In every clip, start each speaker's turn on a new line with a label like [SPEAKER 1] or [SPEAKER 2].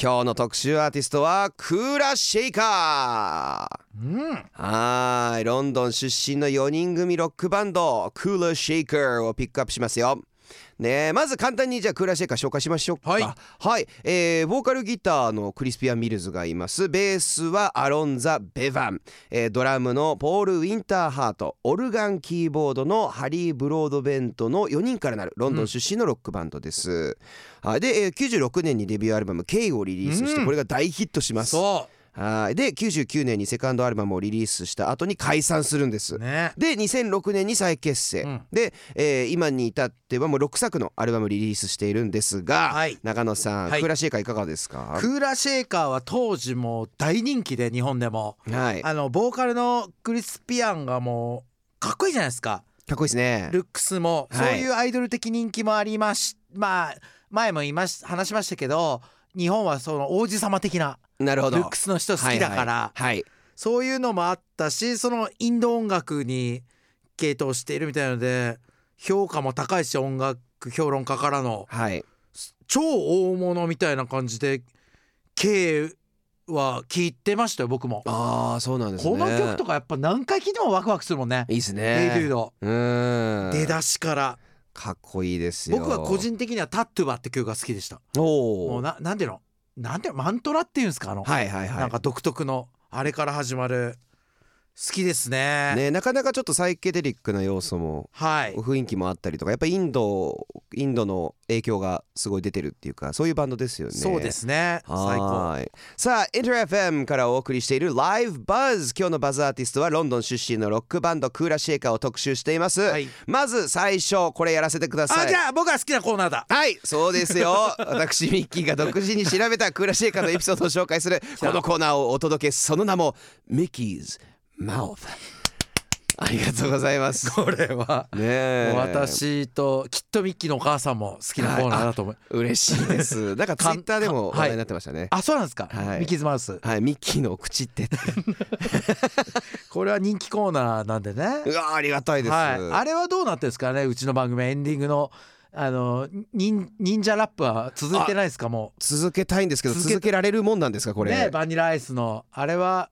[SPEAKER 1] 今日の特集アーティストはクーラ・シェイカー
[SPEAKER 2] うん
[SPEAKER 1] はーい、ロンドン出身の4人組ロックバンド、クーラーシェイカーをピックアップしますよ。ねえ、まず簡単にじゃあクーラーシェイカー紹介しましょうか。
[SPEAKER 2] はい
[SPEAKER 1] はいえーボーカルギターのクリスピアン・ミルズがいます。ベースはアロンザ・ベヴァン、えードラムのポール・ウィンターハート、オルガン・キーボードのハリー・ブロードベントの4人からなるロンドン出身のロックバンドです。はいで、えー96年にデビューアルバム「K」をリリースして、
[SPEAKER 2] うん
[SPEAKER 1] これが大ヒットします。
[SPEAKER 2] そ
[SPEAKER 1] はいで99年にセカンドアルバムをリリースした後に解散するんです、
[SPEAKER 2] うね
[SPEAKER 1] で2006年に再結成、
[SPEAKER 2] うん
[SPEAKER 1] で、えー今に至ってはもう6作のアルバムをリリースしているんですが、
[SPEAKER 2] はい
[SPEAKER 1] 中野さん、
[SPEAKER 2] はい
[SPEAKER 1] クーラシエカいかがですか
[SPEAKER 2] クーラシェーカーは当時もう大人気で日本でも
[SPEAKER 1] はいか
[SPEAKER 2] あのボーカルのクリス・ピアンがもうかっこいいじゃないですか
[SPEAKER 1] っこいいですね
[SPEAKER 2] ルックスもそう
[SPEAKER 1] はい
[SPEAKER 2] いうアイドル的人気もありましまあ前も言いまし話しましたけど日本はその王子様的な
[SPEAKER 1] なるほ
[SPEAKER 2] ル
[SPEAKER 1] ど
[SPEAKER 2] ックスの人好きだから、
[SPEAKER 1] はい、
[SPEAKER 2] そういうのもあったしそのインド音楽に傾倒しているみたいなので評価も高いし音楽評論家からの
[SPEAKER 1] はいはい
[SPEAKER 2] 超大物みたいな感じで K は聞いてましたよ僕も。
[SPEAKER 1] ああそうなんですね
[SPEAKER 2] この曲とかやっぱ何回聴いてもワクワクするもんね。
[SPEAKER 1] いいです
[SPEAKER 2] デビュー
[SPEAKER 1] ね
[SPEAKER 2] の
[SPEAKER 1] うーん
[SPEAKER 2] 出だしから
[SPEAKER 1] かっこいいですよ
[SPEAKER 2] 僕は個人的には「タットゥバ」って曲が好きでした。
[SPEAKER 1] お
[SPEAKER 2] もう
[SPEAKER 1] お
[SPEAKER 2] ななんていうのなんていうのマントラっていうんですかあの、
[SPEAKER 1] はいはいはい
[SPEAKER 2] なんか独特のあれから始まる好きですね。
[SPEAKER 1] ねなかなかちょっとサイケデリックな要素も
[SPEAKER 2] はい
[SPEAKER 1] 雰囲気もあったりとかやっぱインドインドの影響がすごい出てるっていうかそういうバンドですよね
[SPEAKER 2] そうですね最高
[SPEAKER 1] はいさあ InterFM からお送りしている Live Buzz 今日のバズアーティストはロンドン出身のロックバンドクーラシェイカーを特集しています、
[SPEAKER 2] はい
[SPEAKER 1] まず最初これやらせてください
[SPEAKER 2] あじゃあ僕が好きなコーナー だ
[SPEAKER 1] はいそうですよ私ミッキーが独自に調べたクーラシェイカーのエピソードを紹 介するこのコーナーをお届けその名もミッキーズ Mouth ありがとうございます
[SPEAKER 2] これ は、
[SPEAKER 1] ねえ
[SPEAKER 2] 私ときっとミッキーのお母さんも好きなコーナーだと思う、
[SPEAKER 1] 嬉しいです。 なんかツイ
[SPEAKER 2] かん
[SPEAKER 1] ッターでも
[SPEAKER 2] か
[SPEAKER 1] 話題になってましたね。
[SPEAKER 2] あそうなんですか、
[SPEAKER 1] はい
[SPEAKER 2] ミッキーズマウス
[SPEAKER 1] はい、ミッキーのお口って って。
[SPEAKER 2] これは人気コーナーなんでね
[SPEAKER 1] うわー、ありがたいです。
[SPEAKER 2] はい、あれはどうなってるんですかねうちの番組エンディングのあの忍忍者ラップは続いてないですかも
[SPEAKER 1] 続けたいんですけど、
[SPEAKER 2] 続
[SPEAKER 1] 続
[SPEAKER 2] け
[SPEAKER 1] けられるもんなんですか、こ
[SPEAKER 2] う
[SPEAKER 1] れ。
[SPEAKER 2] ねバニラアイスのあれは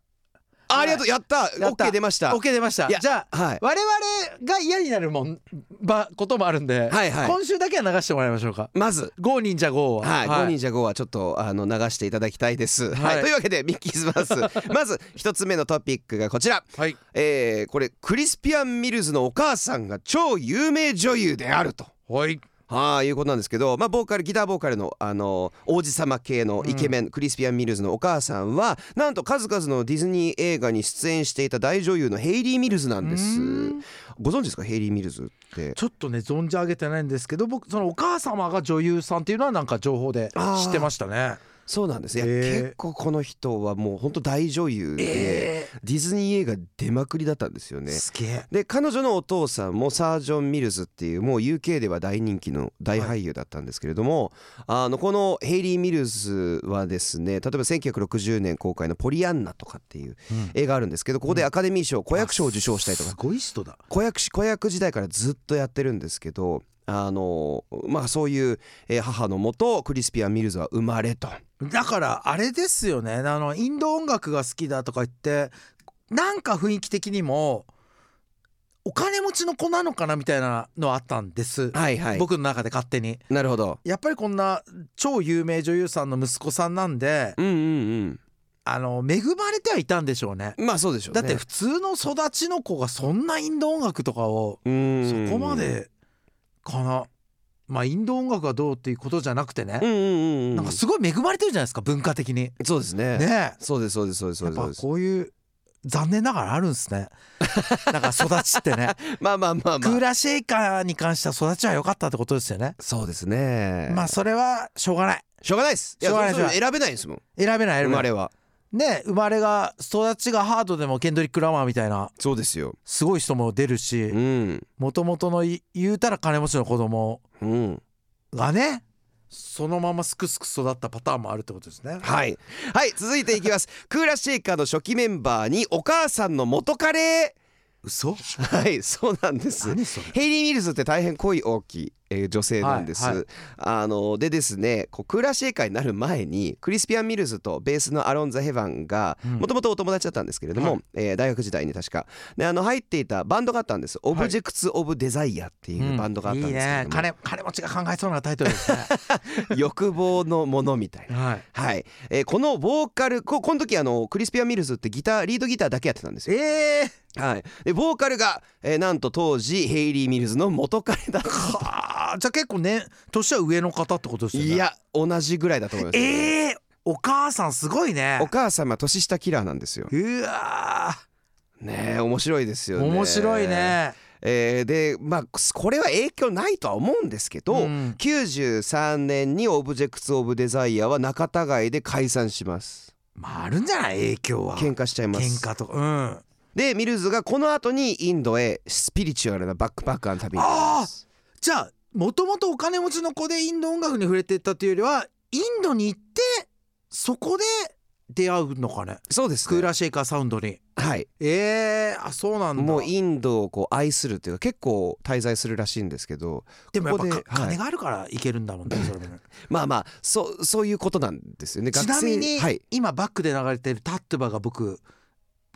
[SPEAKER 1] あありがとう、やった、
[SPEAKER 2] やっ
[SPEAKER 1] オッケ
[SPEAKER 2] た
[SPEAKER 1] ー出ました。
[SPEAKER 2] OK 出ました
[SPEAKER 1] いや
[SPEAKER 2] じゃあ、
[SPEAKER 1] はい
[SPEAKER 2] 我々が嫌になるもんばこともあるんで、
[SPEAKER 1] はいはい
[SPEAKER 2] 今週だけは流してもらいましょうか
[SPEAKER 1] まず。
[SPEAKER 2] ゴー忍者ゴーは、
[SPEAKER 1] はい、5人じゃ5はちょっとあの流していただきたいです。
[SPEAKER 2] はい
[SPEAKER 1] はい、というわけでミッキーズマウ スまず一つ目のトピックがこちら、
[SPEAKER 2] はい
[SPEAKER 1] えー、これクリスピアン・ミルズのお母さんが超有名女優であると。
[SPEAKER 2] はい
[SPEAKER 1] はいいうことなんですけど、まあ、ボーカルギターボーカルの、あの王子様系のイケメン、クリスピアン・ミルズのお母さんはなんと数々のディズニー映画に出演していた大女優のヘイリー・ミルズなんです
[SPEAKER 2] うん
[SPEAKER 1] ご存知ですかヘイリー・ミルズって
[SPEAKER 2] ちょっとね存じ上げてないんですけど僕そのお母様が女優さんっていうのはなんか情報で
[SPEAKER 1] あー
[SPEAKER 2] 知ってましたね
[SPEAKER 1] そうなんですいや、
[SPEAKER 2] へー
[SPEAKER 1] 結構この人はもう本当大女優で、ディズニー映画出まくりだったんですよね
[SPEAKER 2] すげえ
[SPEAKER 1] で彼女のお父さんもサージョン・ミルズっていうもう UK では大人気の大俳優だったんですけれども、あのこのヘイリー・ミルズはですね例えば1960年公開の「ポリアンナ」とかっていう
[SPEAKER 2] うん
[SPEAKER 1] 映画あるんですけどここでアカデミー賞子役賞を受賞したりと
[SPEAKER 2] す
[SPEAKER 1] か
[SPEAKER 2] ごい人だ
[SPEAKER 1] 子役し子役時代からずっとやってるんですけどあのまあそういうえー母のもとクリスピアン・ミルズは生まれと。
[SPEAKER 2] だからあれですよねあのインド音楽が好きだとか言ってなんか雰囲気的にもお金持ちの子なのかなみたいなのあったんです、
[SPEAKER 1] はいはい、
[SPEAKER 2] 僕の中で勝手に
[SPEAKER 1] なるほど。
[SPEAKER 2] やっぱりこんな超有名女優さんの息子さんなんで
[SPEAKER 1] うんうん
[SPEAKER 2] あの恵まれてはいたんでしょうね
[SPEAKER 1] うん。まあそうでしょう
[SPEAKER 2] だ
[SPEAKER 1] ね。
[SPEAKER 2] って普通の育ちの子がそんなインド音楽とかを
[SPEAKER 1] うん
[SPEAKER 2] そこまでかなまあインド音楽がどうっていうことじゃなくてね
[SPEAKER 1] うんうんうんうん
[SPEAKER 2] なんかすごい恵まれてるじゃないですか文化的に
[SPEAKER 1] そうですね。
[SPEAKER 2] ねえ
[SPEAKER 1] そうですそうですそうですそ
[SPEAKER 2] やっ
[SPEAKER 1] うですそう
[SPEAKER 2] ぱ
[SPEAKER 1] です。
[SPEAKER 2] こういう残念ながらあるんですね なんか育ちってね、
[SPEAKER 1] まあまあまあ
[SPEAKER 2] ク
[SPEAKER 1] ま
[SPEAKER 2] ー
[SPEAKER 1] あ。
[SPEAKER 2] ラーシェイカーに関しては育ちは良かったってことですよね
[SPEAKER 1] そうですね。
[SPEAKER 2] まあそれはしょうがない
[SPEAKER 1] しょうがないです。
[SPEAKER 2] しょうがない
[SPEAKER 1] やそれ
[SPEAKER 2] しょうがない
[SPEAKER 1] 選べないですもん。
[SPEAKER 2] 選べない
[SPEAKER 1] 生
[SPEAKER 2] 選べ
[SPEAKER 1] ま
[SPEAKER 2] ない
[SPEAKER 1] れは。
[SPEAKER 2] ね生まれが育ちがハードでもケンドリック・ラマーみたいな
[SPEAKER 1] そうですよ。
[SPEAKER 2] すごい人も出るし
[SPEAKER 1] うん
[SPEAKER 2] もともとのい言うたら金持ちの子供
[SPEAKER 1] うん。
[SPEAKER 2] がねそのまますくすく育ったパターンもあるってことですね
[SPEAKER 1] はいはい続いていきます。クーラシェイカーの初期メンバーにお母さんの元カレ
[SPEAKER 2] 嘘
[SPEAKER 1] ー。はいそうなんです。
[SPEAKER 2] 何それ
[SPEAKER 1] ヘイリー・ミルズって大変恋多き、ええー女性なんです、
[SPEAKER 2] はいはい
[SPEAKER 1] あのでですねこうクーラーシェーカーになる前にクリスピアン・ミルズとベースのアロン・ザ・ヘバンが
[SPEAKER 2] うん
[SPEAKER 1] もともとお友達だったんですけれども、
[SPEAKER 2] は
[SPEAKER 1] えー大学時代に確かであの入っていたバンドがあったんです「オブジェクツ・オブ・デザイア」っていうバンドがあったんですけれども、
[SPEAKER 2] いいね金金持ちが考えそうなタイトルですね
[SPEAKER 1] 欲望のものみたいな。
[SPEAKER 2] はい
[SPEAKER 1] はい、えーこのボーカルここの時あのクリスピアン・ミルズってギターリードギターだけやってたんですよ。
[SPEAKER 2] ええ
[SPEAKER 1] はい、でボーカルが、えーなんと当時ヘイリー・ミルズの元彼だった
[SPEAKER 2] はあじゃあ結構ね年は上の方ってことですよね
[SPEAKER 1] いや同じぐらいだと思います、
[SPEAKER 2] ええお母さんすごいね
[SPEAKER 1] お母様年下キラーなんですよ。
[SPEAKER 2] うわ
[SPEAKER 1] ねえ面白いです
[SPEAKER 2] ー
[SPEAKER 1] よね。
[SPEAKER 2] 面白い。ね
[SPEAKER 1] えーでまあこれは影響ないとは思うんですけど、
[SPEAKER 2] ん
[SPEAKER 1] 93年に「オブジェクツ・オブ・デザイア」は仲違いで解散します。
[SPEAKER 2] まああるんじゃない影響は
[SPEAKER 1] 喧嘩しちゃいます。
[SPEAKER 2] 喧嘩とかうん
[SPEAKER 1] でミルズがこの後にインドへスピリチュアルなバックパッカーの旅に出ます
[SPEAKER 2] じゃあもともとお金持ちの子でインド音楽に触れてったというよりはインドに行ってそこで出会うのかね
[SPEAKER 1] そうです
[SPEAKER 2] クー
[SPEAKER 1] ね、
[SPEAKER 2] ラーシェイカーサウンドに
[SPEAKER 1] はい
[SPEAKER 2] えー、あそうなんだ
[SPEAKER 1] もうインドをこう愛するというか結構滞在するらしいんですけど
[SPEAKER 2] でもやっぱ
[SPEAKER 1] ここで
[SPEAKER 2] か
[SPEAKER 1] はい
[SPEAKER 2] 金があるから行けるんだもんねそれもね
[SPEAKER 1] まあまあそうそういうことなんですよね
[SPEAKER 2] ちなみに、
[SPEAKER 1] はい、
[SPEAKER 2] 今バックで流れてるタットゥバが僕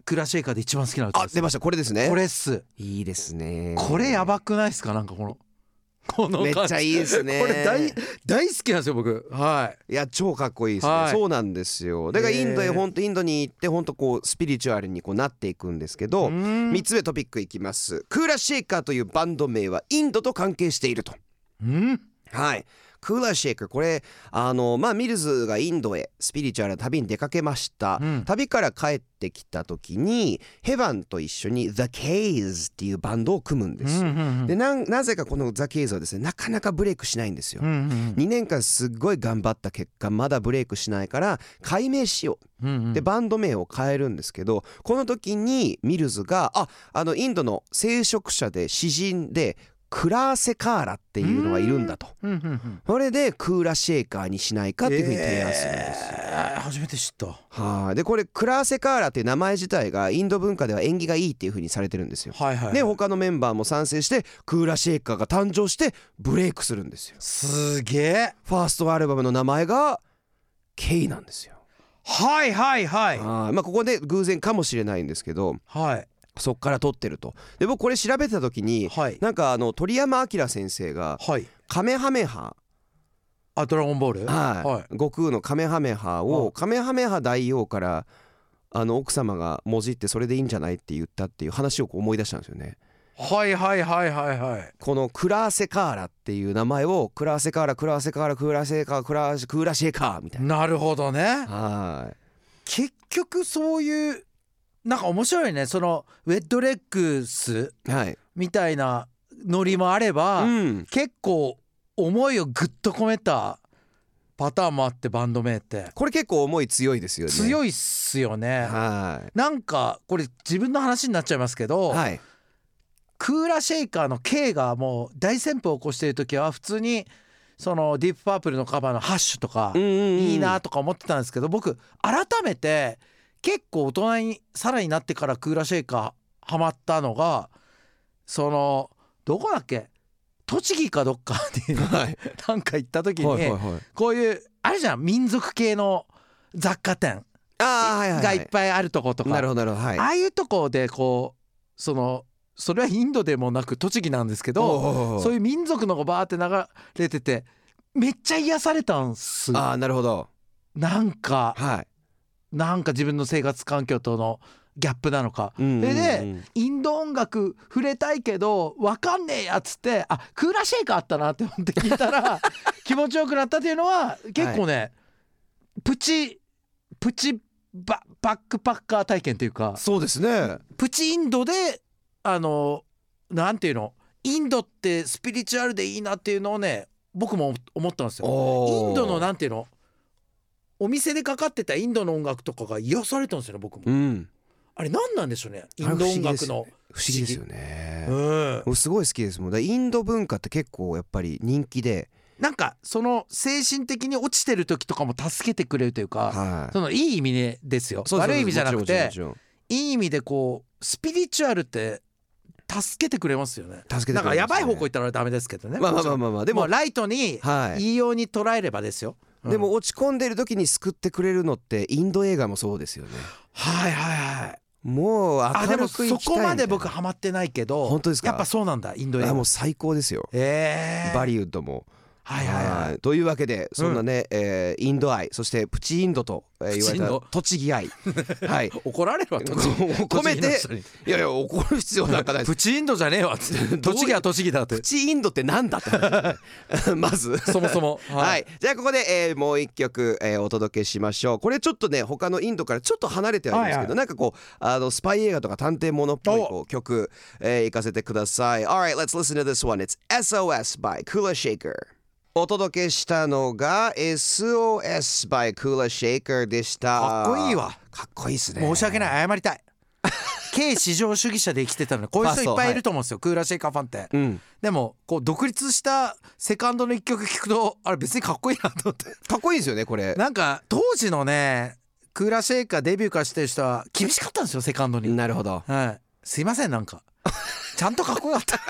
[SPEAKER 2] クーラーシェイカーで一番好きな歌
[SPEAKER 1] あ
[SPEAKER 2] です
[SPEAKER 1] 出ましたこれですね
[SPEAKER 2] これっす
[SPEAKER 1] いいですね
[SPEAKER 2] これやばくないっすかなんかこの この
[SPEAKER 1] めっちゃいいですね
[SPEAKER 2] これ大大好きなんですよ僕はい
[SPEAKER 1] いや超かっこいいですね、
[SPEAKER 2] はい
[SPEAKER 1] そうなんですよだからインドへ本当インドに行って本当こうスピリチュアルにこうなっていくんですけど
[SPEAKER 2] うん
[SPEAKER 1] 3つ目トピックいきますクーラシェイカーというバンド名はインドと関係していると
[SPEAKER 2] うん
[SPEAKER 1] はい。クーラーシェイクこれあのまあミルズがインドへスピリチュアルな旅に出かけました、
[SPEAKER 2] うん
[SPEAKER 1] 旅から帰ってきた時にヘバンと一緒に The Kays っていうバンドを組むんで
[SPEAKER 2] うん
[SPEAKER 1] す
[SPEAKER 2] う
[SPEAKER 1] よ、
[SPEAKER 2] ん
[SPEAKER 1] でなんなぜかこの The Kays はですねなかなかブレイクしないんですよ、
[SPEAKER 2] うんうん
[SPEAKER 1] 2年間すっごい頑張った結果まだブレイクしないから改名しよ
[SPEAKER 2] うんうん
[SPEAKER 1] うでバンド名を変えるんですけどこの時にミルズがああのインドの聖職者で詩人でクラーセカーラっていうのがいるんだと
[SPEAKER 2] うんうんうん
[SPEAKER 1] それでクーラシェーカーにしないかっていうふうに提案するんですよ。
[SPEAKER 2] えー初めて知ったは
[SPEAKER 1] はいでこれクラーセカーラっていう名前自体がインド文化では縁起がいいっていうふうにされてるんですよ。
[SPEAKER 2] いはい
[SPEAKER 1] で他のメンバーも賛成してクーラシェーカーが誕生してブレイクするんですよ。
[SPEAKER 2] すげえ
[SPEAKER 1] ファーストアルバムの名前が K なんですよ。
[SPEAKER 2] はいはいはい
[SPEAKER 1] はいまあここで偶然かもしれないんですけど
[SPEAKER 2] はい
[SPEAKER 1] そっから撮ってると。で僕これ調べてた時に
[SPEAKER 2] はい
[SPEAKER 1] なんかあの鳥山明先生が
[SPEAKER 2] はい
[SPEAKER 1] カメハメハ
[SPEAKER 2] あドラゴンボール
[SPEAKER 1] はい、
[SPEAKER 2] はい
[SPEAKER 1] 悟空のカメハメ
[SPEAKER 2] は
[SPEAKER 1] ハを
[SPEAKER 2] い
[SPEAKER 1] カメハメハ大王からあの奥様がもじってそれでいいんじゃないって言ったっていう話をこう思い出したんですよね。
[SPEAKER 2] はいはいはいはいはい
[SPEAKER 1] このクラーセカーラっていう名前をクラーセカーラクラーセカーラクラーセカークラークーラシェカーみたい
[SPEAKER 2] なるほどね
[SPEAKER 1] な。はい
[SPEAKER 2] 結局そういうなんか面白いねそのウェッドレッグス
[SPEAKER 1] はい。
[SPEAKER 2] みたいなノリもあれば、
[SPEAKER 1] うん。
[SPEAKER 2] 結構思いをぐっと込めたパターンもあってバンド名って
[SPEAKER 1] これ結構思い強いですよね。い。
[SPEAKER 2] 強いっすよね、
[SPEAKER 1] は
[SPEAKER 2] なんかこれ自分の話になっちゃいますけ
[SPEAKER 1] い。
[SPEAKER 2] ど、
[SPEAKER 1] はい。
[SPEAKER 2] クーラーシェイカーの K がもう大旋風を起こしている時は普通にそのディープパープルのカバーの「ハッシュ」とか
[SPEAKER 1] うんうんうん
[SPEAKER 2] いいな。とか思ってたんですけど僕改めて結構大人にさらになってからクーラーシェイカーハマったのがそのどこだっけ栃木かどっかに
[SPEAKER 1] はい。
[SPEAKER 2] なんか行った時
[SPEAKER 1] はいはい
[SPEAKER 2] に
[SPEAKER 1] はい。
[SPEAKER 2] こういうあれじゃん民族系の雑貨店
[SPEAKER 1] ああはいはい。
[SPEAKER 2] がいっぱいあるとことか
[SPEAKER 1] なるほどなるほどはい。
[SPEAKER 2] ああいうとこでこうそのそれはインドでもなく栃木なんですけど
[SPEAKER 1] ど
[SPEAKER 2] そう
[SPEAKER 1] いう。
[SPEAKER 2] いう民族のがバーって流れててめっちゃ癒されたんす
[SPEAKER 1] ああなるほど。
[SPEAKER 2] なんか
[SPEAKER 1] は
[SPEAKER 2] なんか自分の生活環境とのギャップなのか
[SPEAKER 1] い。うんうんう
[SPEAKER 2] そ
[SPEAKER 1] ん
[SPEAKER 2] れでインド音楽触れたいけどわかんねえやつってあクーラーシェイカーあったなって思って聞いた ら気持ちよくなったっていうのは結構ね、プチプチババックパッカー体験というか
[SPEAKER 1] そうですね。
[SPEAKER 2] プチインドであのなんていうのインドってスピリチュアルでいいなっていうのをね僕も思ったんですよ。イ
[SPEAKER 1] おー
[SPEAKER 2] ンドのなんていうのお店でかかってたインドの音楽とかが癒されたんですよね僕も、
[SPEAKER 1] うん。
[SPEAKER 2] あれ何なんでしょうねインド音楽の、
[SPEAKER 1] 不思議ですよね。
[SPEAKER 2] うん
[SPEAKER 1] 僕すごい好きですもんだからインド文化って結構やっぱり人気で、
[SPEAKER 2] なんかその精神的に落ちてる時とかも助けてくれるというか
[SPEAKER 1] はい、
[SPEAKER 2] そのいい意味でですよ悪い意味じゃなく
[SPEAKER 1] も
[SPEAKER 2] て
[SPEAKER 1] ちろんもちろんもち
[SPEAKER 2] いい意味でこうスピリチュアルって助けてくれますよね
[SPEAKER 1] 助けてくれ
[SPEAKER 2] だ
[SPEAKER 1] ますね
[SPEAKER 2] からやばい方向行ったらダメですけどね
[SPEAKER 1] まあまあまあまあまあ
[SPEAKER 2] で
[SPEAKER 1] で
[SPEAKER 2] も
[SPEAKER 1] も
[SPEAKER 2] ライトに
[SPEAKER 1] はい
[SPEAKER 2] いいように捉えればですよ、うん
[SPEAKER 1] でも落ち込んでる時に救ってくれるのってインド映画もそうですよね
[SPEAKER 2] はいはいはい
[SPEAKER 1] もう
[SPEAKER 2] あ
[SPEAKER 1] 明
[SPEAKER 2] で
[SPEAKER 1] る
[SPEAKER 2] も
[SPEAKER 1] く
[SPEAKER 2] そ
[SPEAKER 1] 生きたい
[SPEAKER 2] こまで
[SPEAKER 1] みたいな
[SPEAKER 2] 僕ハマってないけど
[SPEAKER 1] 本当ですか
[SPEAKER 2] やっぱそうなんだインド映
[SPEAKER 1] いや
[SPEAKER 2] 画
[SPEAKER 1] もう最高ですよ
[SPEAKER 2] ええ
[SPEAKER 1] バリウッドも
[SPEAKER 2] はいはいはい
[SPEAKER 1] というわけでそんなね、えーインド愛そしてプチインドと、えー
[SPEAKER 2] プ
[SPEAKER 1] 言
[SPEAKER 2] チ
[SPEAKER 1] わ
[SPEAKER 2] イ
[SPEAKER 1] れ
[SPEAKER 2] ンド
[SPEAKER 1] た栃 木愛はい
[SPEAKER 2] 怒られるわ 栃木
[SPEAKER 1] 込めて
[SPEAKER 2] 栃木の人に
[SPEAKER 1] いやいや怒る必要なんかないです
[SPEAKER 2] プチインドじゃねえわっつって栃木は栃木だって
[SPEAKER 1] プチインドってなんだって話 ですねまず
[SPEAKER 2] そもそ も
[SPEAKER 1] はい、じゃあここで、えーもう一曲、えーお届けしましょうこれちょっとね他のインドからちょっと離れてはいるんですけど、
[SPEAKER 2] はいは
[SPEAKER 1] なんかこうあのスパイ映画とか探偵ものっぽいこう曲、えー、行かせてください Alright let's listen to this one It's SOS by Kula Shaker お届けしたのが SOS by Kula Shaker でした
[SPEAKER 2] かっこいいわ
[SPEAKER 1] かっこいいですね
[SPEAKER 2] 申し訳ない謝り たい軽至上主義者で生きてたのにこういう人いっぱいいると思うんですよ、クーラーシェイカーファンって、
[SPEAKER 1] うん
[SPEAKER 2] でもこう独立したセカンドの一曲聞くとあれ別にかっこいいなと思って
[SPEAKER 1] かっこいいですよねこれ
[SPEAKER 2] なんか当時のねクーラーシェイカーデビューからしてる人は厳しかったんですよセカンドに、
[SPEAKER 1] なるほど
[SPEAKER 2] はいすいませんなんかちゃんとかっこよかった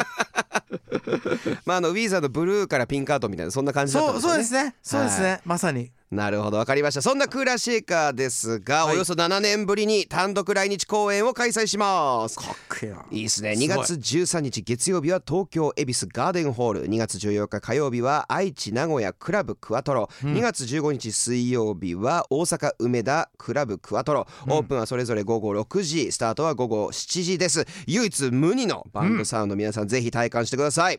[SPEAKER 1] まああのウィーザーのブルーからピンカートみたいなそんな感じだった ん
[SPEAKER 2] そう
[SPEAKER 1] です
[SPEAKER 2] そう
[SPEAKER 1] よね
[SPEAKER 2] ですねそうですね、まさに
[SPEAKER 1] なるほどわかりましたそんなクーラーシェイカーですが、
[SPEAKER 2] はい
[SPEAKER 1] およそ7年ぶりに単独来日公演を開催します
[SPEAKER 2] かっこいいない
[SPEAKER 1] いですね
[SPEAKER 2] すごい
[SPEAKER 1] 2月13日月曜日は東京恵比寿ガーデンホール2月14日火曜日は愛知名古屋クラブクワトロ、2月15日水曜日は大阪梅田クラブクワトロオープンはそれぞれ午後6時スタートは午後7時です唯一無二のバンドサウンド皆さんぜひ体感してください、